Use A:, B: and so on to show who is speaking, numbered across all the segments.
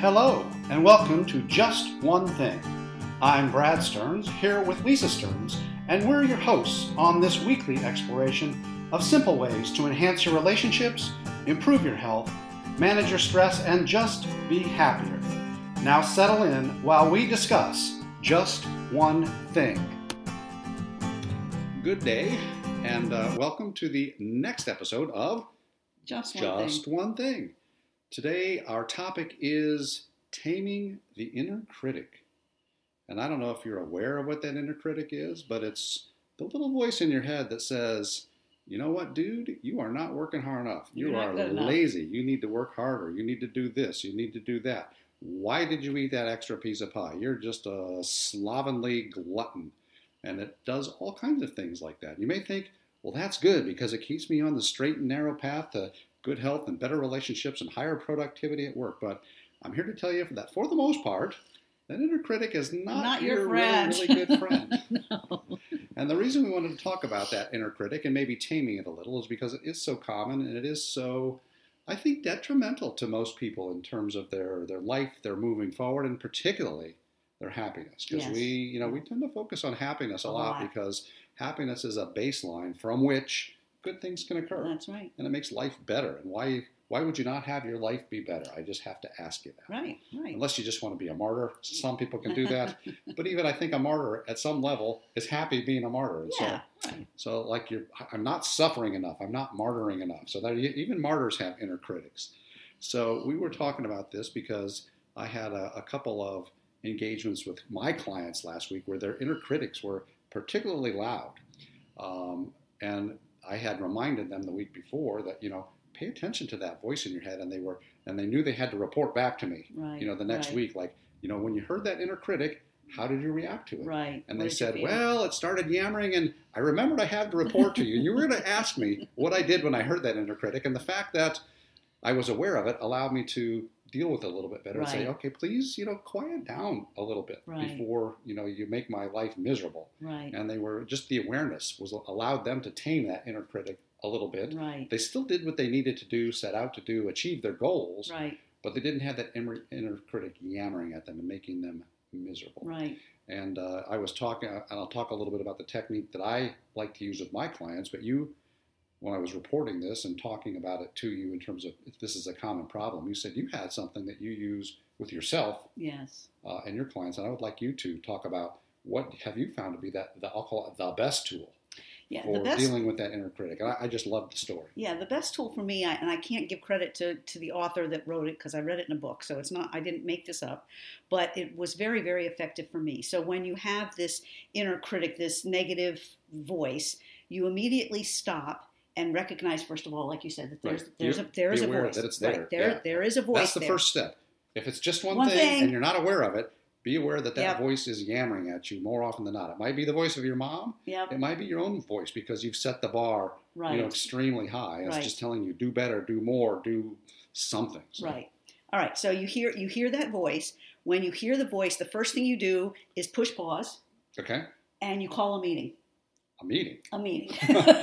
A: Hello, and welcome to Just One Thing. I'm Brad Stearns, here with Lisa Stearns, and we're your hosts on this weekly exploration of simple ways to enhance your relationships, improve your health, manage your stress, and just be happier. Now settle in while we discuss Just One Thing. Good day, and uh, welcome to the next episode of
B: Just one
A: just
B: thing.
A: one thing. Today, our topic is taming the inner critic. And I don't know if you're aware of what that inner critic is, but it's the little voice in your head that says, you know what, dude, you are not working hard enough. You
B: You're not
A: are
B: good enough."
A: lazy. You need to work harder. You need to do this. You need to do that. Why did you eat that extra piece of pie? You're just a slovenly glutton. And it does all kinds of things like that. You may think, well, that's good because it keeps me on the straight and narrow path to good health and better relationships and higher productivity at work. But I'm here to tell you that for the most part, that inner critic is not,
B: Not your
A: really,
B: friend.
A: Really, good friend. And the reason we wanted to talk about that inner critic and maybe taming it a little is because it is so common and it is so, I think, detrimental to most people in terms of their, their life, their moving forward, and particularly their happiness. Because
B: Yes.
A: we, you know, we tend to focus on happiness a,
B: A
A: lot,
B: lot.
A: because happiness is a baseline from which good things can occur
B: Oh, That's right.
A: and it makes life better. And why why would you not have your life be better? I just have to ask you that.
B: Right, right.
A: Unless you just want to be a martyr, some people can do that. but even I think a martyr at some level is happy being a martyr. And
B: yeah,
A: So, so like you're, I'm not suffering enough. I'm not martyring enough. So there, even martyrs have inner critics. So we were talking about this because I had a, a couple of engagements with my clients last week where their inner critics were particularly loud. Um, and I had reminded them the week before that, you know, pay attention to that voice in your head. And they were, and they knew they had to report back to me,
B: right.
A: you know, the next
B: right,
A: week, like, you know, when you heard that inner critic, how did you react to it?
B: Right.
A: And
B: What
A: they
B: did you
A: said,
B: feel?
A: Well, it started yammering, and I remembered I had to report to you. And you were going to ask me what I did when I heard that inner critic. And the fact that I was aware of it allowed me to deal with it a little bit better and say,
B: Right.
A: Okay, please, you know, quiet down a little bit
B: Right.
A: before, you know, you make my life miserable.
B: Right,
A: And they were just the awareness was allowed them to tame that inner critic a little bit.
B: right,
A: They still did what they needed to do, set out to do, achieve their goals,
B: right,
A: but they didn't have that inner, inner critic yammering at them and making them miserable.
B: right.
A: And uh, I was talking, and I'll talk a little bit about the technique that I like to use with my clients. But you, when I was reporting this and talking about it to you in terms of if this is a common problem, you said you had something that you use with yourself
B: Yes.
A: uh, and your clients. And I would like you to talk about what have you found to be that the I'll call it the best tool
B: Yeah.
A: for
B: the best.
A: dealing with that inner critic. And I, I just love the story.
B: Yeah, the best tool for me, I, and I can't give credit to, to the author that wrote it because I read it in a book, so it's not, I didn't make this up, but it was very, very effective for me. So when you have this inner critic, this negative voice, you immediately stop and recognize, first of all, like you said, that there's,
A: Right.
B: there's,
A: You're-
B: a, there is
A: be
B: a
A: aware
B: voice.
A: that it's there.
B: Right. There,
A: Yeah.
B: there is a voice.
A: That's the
B: there.
A: first step. If it's just one,
B: One
A: thing,
B: thing.
A: and you're not aware of it, be aware that that
B: Yep.
A: voice is yammering at you more often than not. It might be the voice of your mom.
B: Yep.
A: It might be your own voice because you've set the bar,
B: Right.
A: you know, extremely high. And
B: Right.
A: It's just telling you do better, do more, do something. So,
B: Right. All right. So you hear you hear that voice. When you hear the voice, the first thing you do is push pause
A: Okay.
B: and you call a meeting.
A: A meeting.
B: A meeting.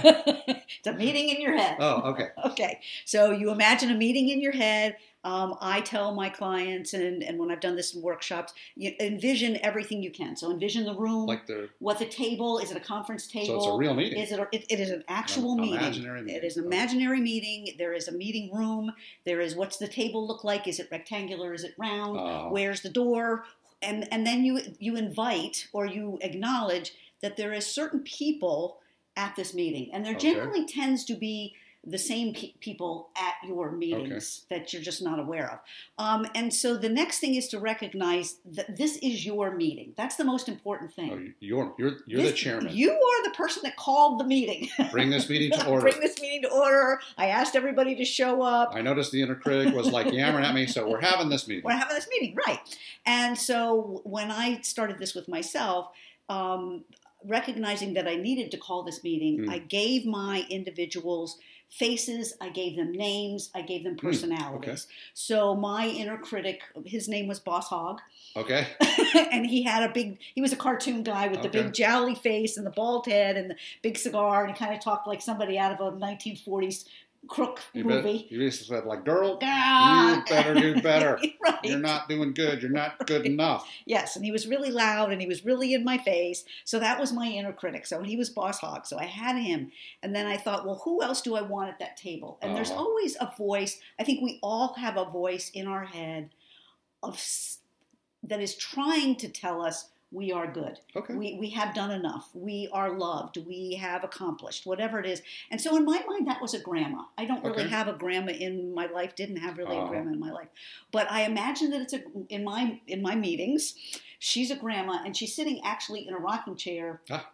B: it's a meeting in your head.
A: Oh, okay.
B: Okay. So you imagine a meeting in your head. Um, I tell my clients, and, and when I've done this in workshops, you envision everything you can. So envision the room,
A: Like the
B: what the table is. It a conference table?
A: so it's a real meeting.
B: Is it, it, it is an actual
A: An
B: meeting.
A: imaginary meeting. Oh.
B: It is an imaginary meeting. There is a meeting room. There is what's the table look like? Is it rectangular? Is it round?
A: Oh.
B: Where's the door? And and then you you invite or you acknowledge that there is certain people at this meeting, and there
A: Okay.
B: generally tends to be the same pe- people at your meetings that you're just not aware of. Um, and so the next thing is to recognize that this is your meeting. That's the most important thing.
A: Oh, you're you're you're the
B: This-
A: chairman.
B: You are the person that called the meeting.
A: Bring this meeting to order.
B: Bring this meeting to order. I asked everybody to show up.
A: I noticed the inner critic was like yammering at me, so we're having this meeting.
B: We're having this meeting, right? And so when I started this with myself, um, recognizing that I needed to call this meeting,
A: Hmm.
B: I gave my individuals faces, I gave them names, I gave them
A: Hmm.
B: personalities. So my inner critic, his name was Boss Hog,
A: Okay.
B: and he had a big, he was a cartoon guy with the
A: Okay.
B: big jowly face and the bald head and the big cigar, and he kind of talked like somebody out of a 1940s crook
A: You, bet-
B: movie.
A: you just said like, girl,
B: Ah.
A: you better do better.
B: right.
A: You're not doing good. You're not good enough.
B: Yes, and he was really loud and he was really in my face. So that was my inner critic. So he was boss hog. So I had him. And then I thought, well, who else do I want at that table? And there's
A: Uh-huh.
B: always a voice. I think we all have a voice in our head of s- that is trying to tell us we are good.
A: Okay.
B: We, we have done enough. We are loved. We have accomplished, whatever it is. And so, in my mind, that was a grandma. I don't really
A: Okay.
B: have a grandma in my life. Didn't have really
A: Uh-huh.
B: a grandma in my life, but I imagine that it's a in my in my meetings. She's a grandma, and she's sitting actually in a rocking chair.
A: Ah.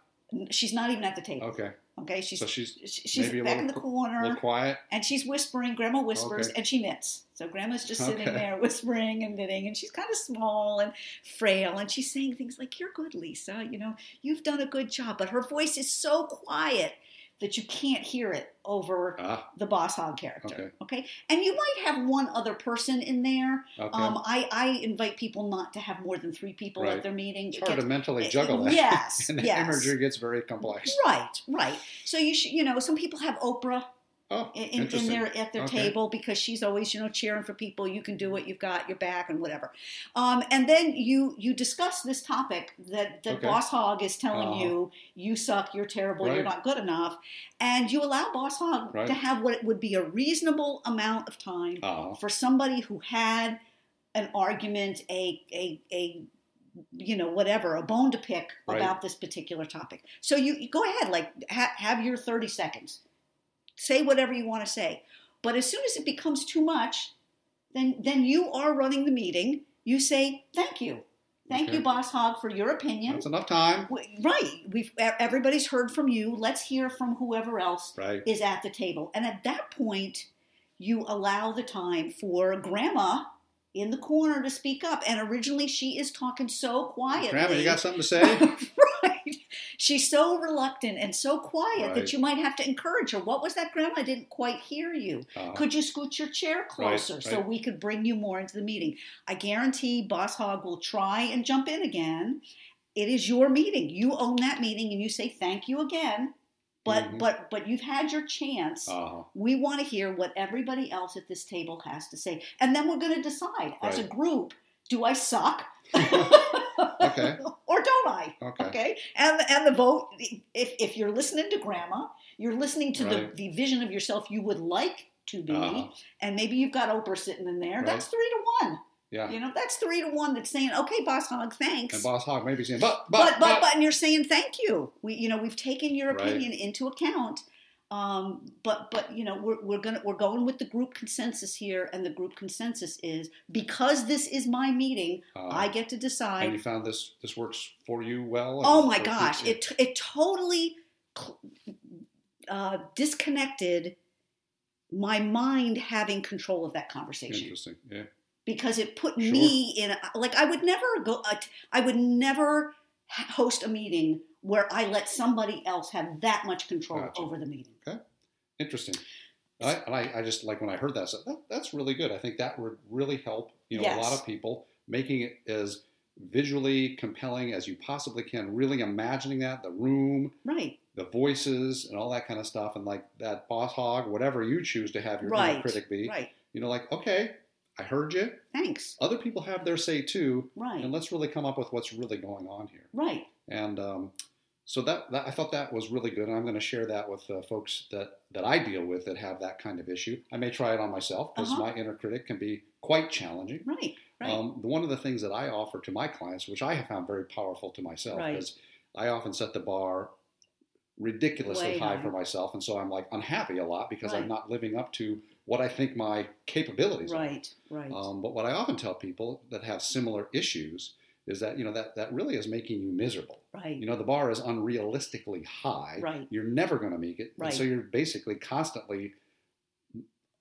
B: She's not even at the table.
A: Okay.
B: Okay, she's
A: So she's
B: she- she's
A: maybe a
B: back in the
A: little- a
B: corner,
A: little quiet.
B: and she's whispering. Grandma whispers,
A: Okay.
B: and she knits. So grandma's just sitting
A: Okay.
B: there whispering and knitting, and she's kind of small and frail, and she's saying things like, "You're good, Lisa. You know, you've done a good job." But her voice is so quiet that you can't hear it over
A: Ah.
B: the boss hog character.
A: Okay.
B: okay? and you might have one other person in there.
A: Okay.
B: Um, I, I invite people not to have more than three people
A: Right.
B: at their meeting.
A: it's
B: It
A: hard to
B: gets-
A: mentally
B: it-
A: juggle that.
B: eh, Yes,
A: and the
B: yes.
A: imagery gets very complex.
B: Right, right. So you should, you know, some people have Oprah
A: Oh,
B: in, in, in
A: interesting.
B: their at their
A: Okay. Mm-hmm.
B: table because she's always you know cheering for people. You can do it. You've got your back and whatever. Um, and then you you discuss this topic that that
A: Okay.
B: Boss Hog is telling
A: Uh-huh.
B: you you suck. You're terrible. You're
A: Right.
B: not good enough. And you allow Boss Hog
A: Right.
B: to have what would be a reasonable amount of time
A: Oh,
B: for somebody who had an argument, a a a you know whatever, a bone to pick
A: Right.
B: about this particular topic. So you, you go ahead, like ha- have your thirty seconds, say whatever you want to say. But as soon as it becomes too much, then then you are running the meeting. You say thank you, thank
A: Okay.
B: you, Boss Hog, for your opinion.
A: that's enough time.
B: W- Right, we've e- everybody's heard from you. Let's hear from whoever else
A: Right.
B: is at the table. And at that point, you allow the time for grandma in the corner to speak up. And originally, she is talking so quietly.
A: Grandma, you got something to say?
B: right. She's so reluctant and so quiet
A: Right.
B: that you might have to encourage her. What was that, grandma? I didn't quite hear you.
A: Uh,
B: Could you scoot your chair closer so
A: right.
B: we could bring you more into the meeting? I guarantee Boss Hog will try and jump in again. It is your meeting. You own that meeting and you say thank you again. But
A: Mhm.
B: but but you've had your chance.
A: uh,
B: we want to hear what everybody else at this table has to say. And then we're going to decide as a
A: Right.
B: group, do I suck?
A: Okay.
B: or don't I?
A: okay.
B: Okay. And and the vote if if you're listening to grandma, you're listening to
A: Right.
B: the, the vision of yourself you would like to be,
A: Uh-huh.
B: and maybe you've got Oprah sitting in there. That's three to one.
A: Yeah.
B: You know, that's three to one that's saying, Okay, boss hog,
A: And
B: thanks.
A: Boss Hog maybe saying, but,
B: but,
A: but,
B: but but and you're saying thank you. We you know, we've taken your
A: Right.
B: opinion into account. Um, but but you know we're, we're gonna we're going with the group consensus here, and the group consensus is because this is my meeting,
A: Uh,
B: I get to decide.
A: and you found this this works for you well.
B: Oh
A: And-
B: my
A: or-
B: gosh, it t- it totally cl- uh, disconnected my mind having control of that conversation
A: interesting. Yeah.
B: because it put
A: Sure.
B: me in a, like I would never go uh, I would never ha- host a meeting where I let somebody else have that much control
A: Gotcha.
B: over the meeting.
A: Interesting. I, and I, I just like when I heard that, I said, that, that's really good. I think that would really help, you know, a lot
B: Yes.
A: of people making it as visually compelling as you possibly can, really imagining that, the room,
B: Right.
A: the voices and all that kind of stuff. And like that boss hog, whatever you choose to have your inner
B: Right.
A: critic be,
B: Right.
A: you know, like, okay, I heard you.
B: Thanks.
A: Other people have their say too. And
B: Right.
A: let's really come up with what's really going on here.
B: Right.
A: And um, so that, that I thought that was really good, and I'm going to share that with uh, folks that that I deal with that have that kind of issue. I may try it on myself because
B: Uh-huh.
A: my inner critic can be quite challenging.
B: Right. Right.
A: Um, one of the things that I offer to my clients, which I have found very powerful to myself,
B: Right.
A: is I often set the bar ridiculously
B: Way
A: high
B: high.
A: for myself, and so I'm like unhappy a lot because
B: Right.
A: I'm not living up to what I think my capabilities are.
B: right. Right.
A: Um, but what I often tell people that have similar issues is that you know that that really is making you miserable.
B: right.
A: You know, the bar is unrealistically high.
B: Right.
A: You're never going to make it.
B: Right.
A: And so you're basically constantly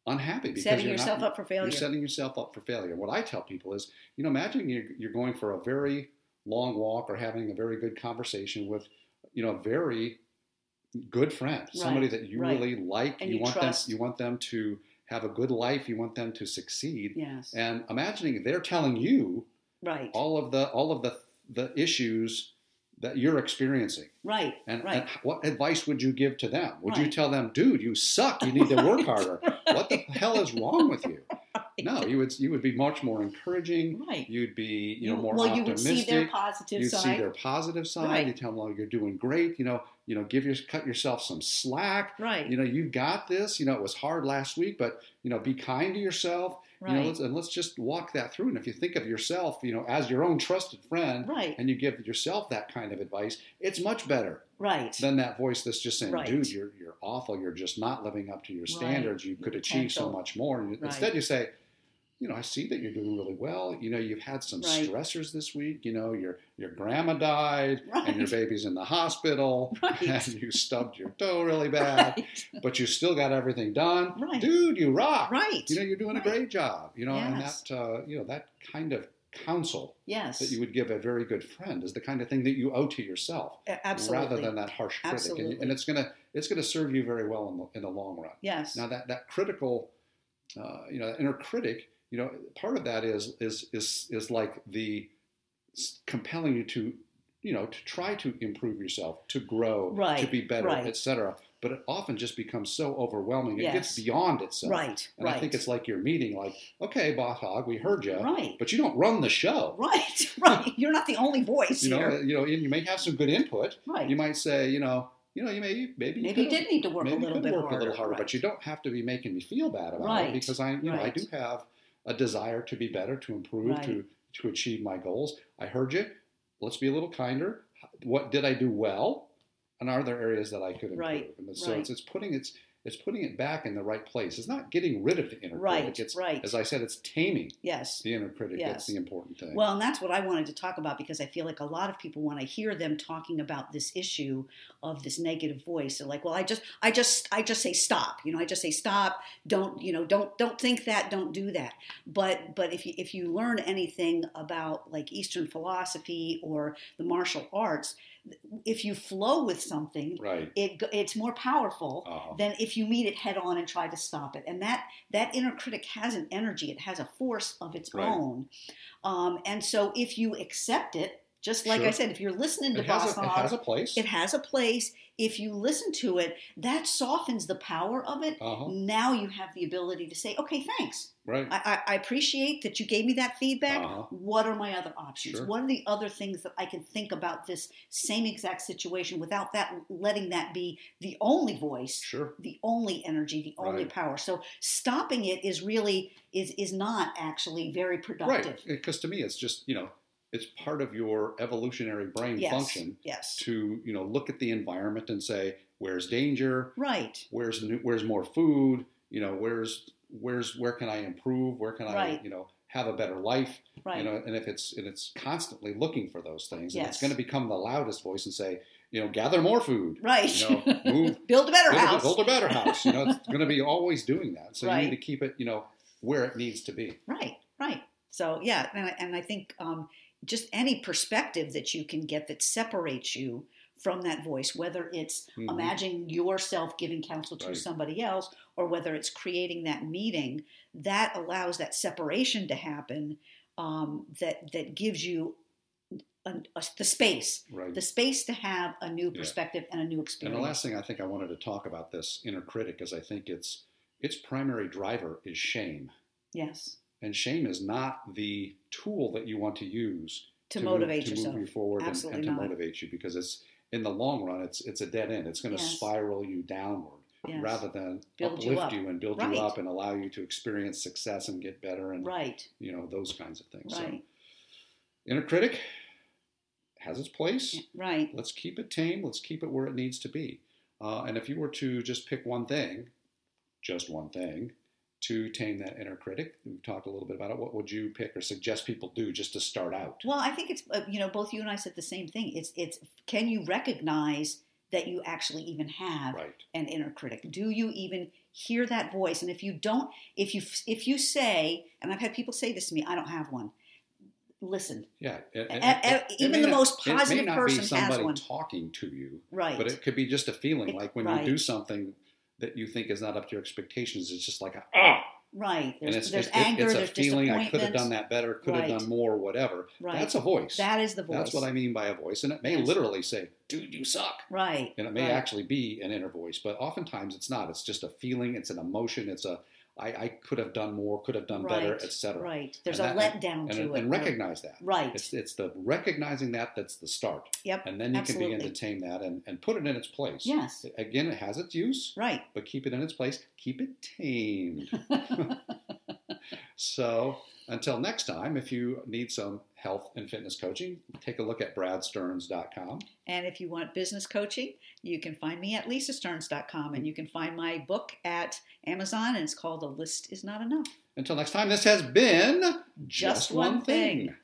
A: unhappy because
B: Setting
A: you're
B: yourself
A: not,
B: up for failure.
A: You're setting yourself up for failure. What I tell people is, you know, imagine you're, you're going for a very long walk or having a very good conversation with, you know, a very good friend, somebody that you
B: right.
A: really like.
B: And you
A: want
B: trust.
A: them. You want them to have a good life. You want them to succeed.
B: yes.
A: And imagining they're telling you
B: right.
A: all of the all of the the issues that you're experiencing.
B: Right.
A: And,
B: right.
A: and what advice would you give to them? Would you
B: Right.
A: tell them, dude, you suck. You need to work harder. What the hell is wrong with you? No, you would you would be much more encouraging.
B: Right.
A: You'd be you know
B: You-
A: more
B: well, you would
A: optimistic.
B: see their positive
A: you see
B: side.
A: their positive side.
B: Right.
A: You tell them, "Oh, you're doing great." You know, you know, give your cut yourself some slack.
B: right.
A: You know, you got this. You know, it was hard last week, but you know, be kind to yourself. You know,
B: right.
A: let's, and let's just walk that through. And if you think of yourself, you know, as your own trusted friend,
B: right.
A: and you give yourself that kind of advice, it's much better
B: Right.
A: than that voice that's just saying,
B: Right.
A: "Dude, you're you're awful. You're just not living up to your
B: Right.
A: standards. You could achieve so
B: potential.
A: much more." And
B: Right.
A: instead, you say, "You know, I see that you're doing really well. You know, you've had some
B: Right.
A: stressors this week. You know, your your grandma died, and your
B: Right.
A: baby's in the hospital,
B: Right.
A: and you stubbed your toe really bad,
B: Right.
A: but you still got everything done.
B: Right.
A: Dude, you rock.
B: Right.
A: You know, you're doing
B: Right.
A: a great job. You know,
B: Yes.
A: and that uh, you know that kind of counsel."
B: yes.
A: That you would give a very good friend is the kind of thing that you owe to yourself
B: A- Absolutely.
A: rather than that harsh critic. And- And,
B: Absolutely.
A: it's gonna it's gonna serve you very well in the, in the long run.
B: yes.
A: Now that that critical, uh, you know, that inner critic, you know, part of that is is is is like the s- compelling you to you know to try to improve yourself, to grow, to
B: Right,
A: be better,
B: right.
A: etc. But it often just becomes so overwhelming. It gets
B: Yes.
A: beyond itself.
B: right.
A: And
B: right.
A: I think it's like your meeting, like, okay, Boss Hog, we heard you,
B: right.
A: but you don't run the show.
B: Right. Right. You're not the only voice
A: You know, uh,
B: here.
A: you know, and you may have some good input,
B: right.
A: you might say, you know, you know, you may maybe
B: maybe you
A: could-
B: did need to work
A: maybe
B: a little
A: could
B: bit
A: work
B: harder.
A: a little harder,
B: right.
A: but you don't have to be making me feel bad about it
B: Right,
A: because I, you know, I
B: right.
A: do have a desire to be better, to improve, to to achieve my goals. I heard you. Let's be a little kinder. What did I do well? And are there areas that I could improve?
B: Right,
A: And so
B: right.
A: it's, it's putting it's it's putting it back in the right place. It's not getting rid of the inner
B: right.
A: critic. It's
B: right.
A: as I said, it's taming
B: yes.
A: the inner critic. That's
B: Yes.
A: the important thing.
B: Well, and that's what I wanted to talk about because I feel like a lot of people, when I hear them talking about this issue of this negative voice, they're like, "Well, I just, I just, I just say stop." You know, I just say stop. Don't, you know, don't, don't think that. Don't do that. But, but if you if you learn anything about like Eastern philosophy or the martial arts, if you flow with something,
A: right.
B: it go- it's more powerful
A: Uh-huh.
B: than if you meet it head on and try to stop it. And that that inner critic has an energy; it has a force of its
A: Right.
B: own. Um, and so, if you accept it, just like I
A: Sure.
B: said, if you're listening to
A: It has,
B: Boss
A: a, it has
B: Hogg,
A: a place.
B: it has a place. If you listen to it, that softens the power of it.
A: uh-huh.
B: Now you have the ability to say, "Okay, thanks.
A: Right.
B: I, I, I appreciate that you gave me that feedback.
A: Uh-huh.
B: What are my other options?
A: Sure.
B: What are the other things that I can think about this same exact situation without that letting that be the only voice,
A: Sure.
B: the only energy, the only
A: Right.
B: power? So stopping it is really is is not actually very productive.
A: Right, because to me, it's just you know, it's part of your evolutionary brain
B: Yes.
A: function
B: Yes.
A: to you know look at the environment and say where's danger,
B: Right.
A: where's new, where's more food, you know, where's where's where can I improve, where can I
B: Right.
A: you know have a better life,
B: Right.
A: you know, and if it's and it's constantly looking for those things, and it's
B: Yes.
A: going to become the loudest voice and say you know gather more food,
B: right.
A: you know, move
B: build a better
A: build,
B: house.
A: A, build a better house, you know, it's going to be always doing that, so you
B: Right.
A: need to keep it you know where it needs to be.
B: Right, right. So yeah, and I, and I think um, just any perspective that you can get that separates you from that voice, whether it's
A: Mhm.
B: imagining yourself giving counsel to
A: Right.
B: somebody else, or whether it's creating that meeting, that allows that separation to happen. Um, that that gives you an, a, the space,
A: Right.
B: the space to have a new
A: Mm-hmm. Yeah.
B: perspective and a new
A: And
B: experience.
A: the last thing I think I wanted to talk about this inner critic is I think its its primary driver is shame,
B: yes,
A: and shame is not the tool that you want to use
B: to,
A: move-
B: motivate
A: to move,
B: yourself.
A: you forward and- and,
B: Absolutely
A: to
B: not.
A: motivate you because it's in the long run it's it's a dead end. It's going to
B: Yes.
A: spiral you downward
B: Yes.
A: rather than
B: Build you
A: uplift
B: up.
A: you, and build
B: Right.
A: you up and allow you to experience success and get better and
B: right,
A: you know those kinds of things.
B: right,
A: So inner critic has its place.
B: right.
A: Let's keep it tame. Let's keep it where it needs to be. Uh, and if you were to just pick one thing, just one thing, to tame that inner critic, we've talked a little bit about it. What would you pick or suggest people do just to start out?
B: Well, I think it's uh, you know both you and I said the same thing. It's it's can you recognize that you actually even have
A: Right.
B: an inner critic? Do you even hear that voice? And if you don't, if you if you say, and I've had people say this to me, I don't have one. Listen,
A: Yeah. It- it-
B: E- e-
A: it- it
B: even
A: may
B: the
A: not-
B: most
A: it may
B: positive
A: not
B: person
A: be
B: has
A: somebody
B: one,
A: talking to you,
B: right?
A: but it could be just a feeling
B: It-
A: like when
B: right.
A: you do something that you think is not up to your expectations, it's just like, ah,
B: Right. There's,
A: and it's,
B: there's
A: it's- it-
B: anger,
A: it's a
B: there's
A: feeling I
B: disappointment.
A: could have done that better, could
B: Right.
A: have done more, whatever.
B: Right.
A: That's a voice.
B: That is the voice.
A: That's what I mean by a voice. And it may
B: Yes.
A: literally say, dude, you suck.
B: Right.
A: And it may
B: right.
A: actually be an inner voice, but oftentimes it's not. It's just a feeling, it's an emotion, it's a I, I could have done more, could have done better,
B: Right.
A: etc.
B: Right. There's
A: And
B: a
A: that-
B: letdown
A: And,
B: to
A: and,
B: it.
A: recognize that.
B: Right.
A: It's it's the recognizing that that's the start.
B: yep.
A: And then you can begin
B: Absolutely.
A: to tame that and, and put it in its place.
B: Yes.
A: Again, it has its use,
B: Right.
A: but keep it in its place. Keep it tamed. so until next time, if you need some health and fitness coaching, take a look at bradstearns.com.
B: And if you want business coaching, you can find me at lisasterns.com
A: Mm-hmm.
B: and you can find my book at Amazon and it's called A List Is Not Enough.
A: Until next time, this has been
B: Just One Thing.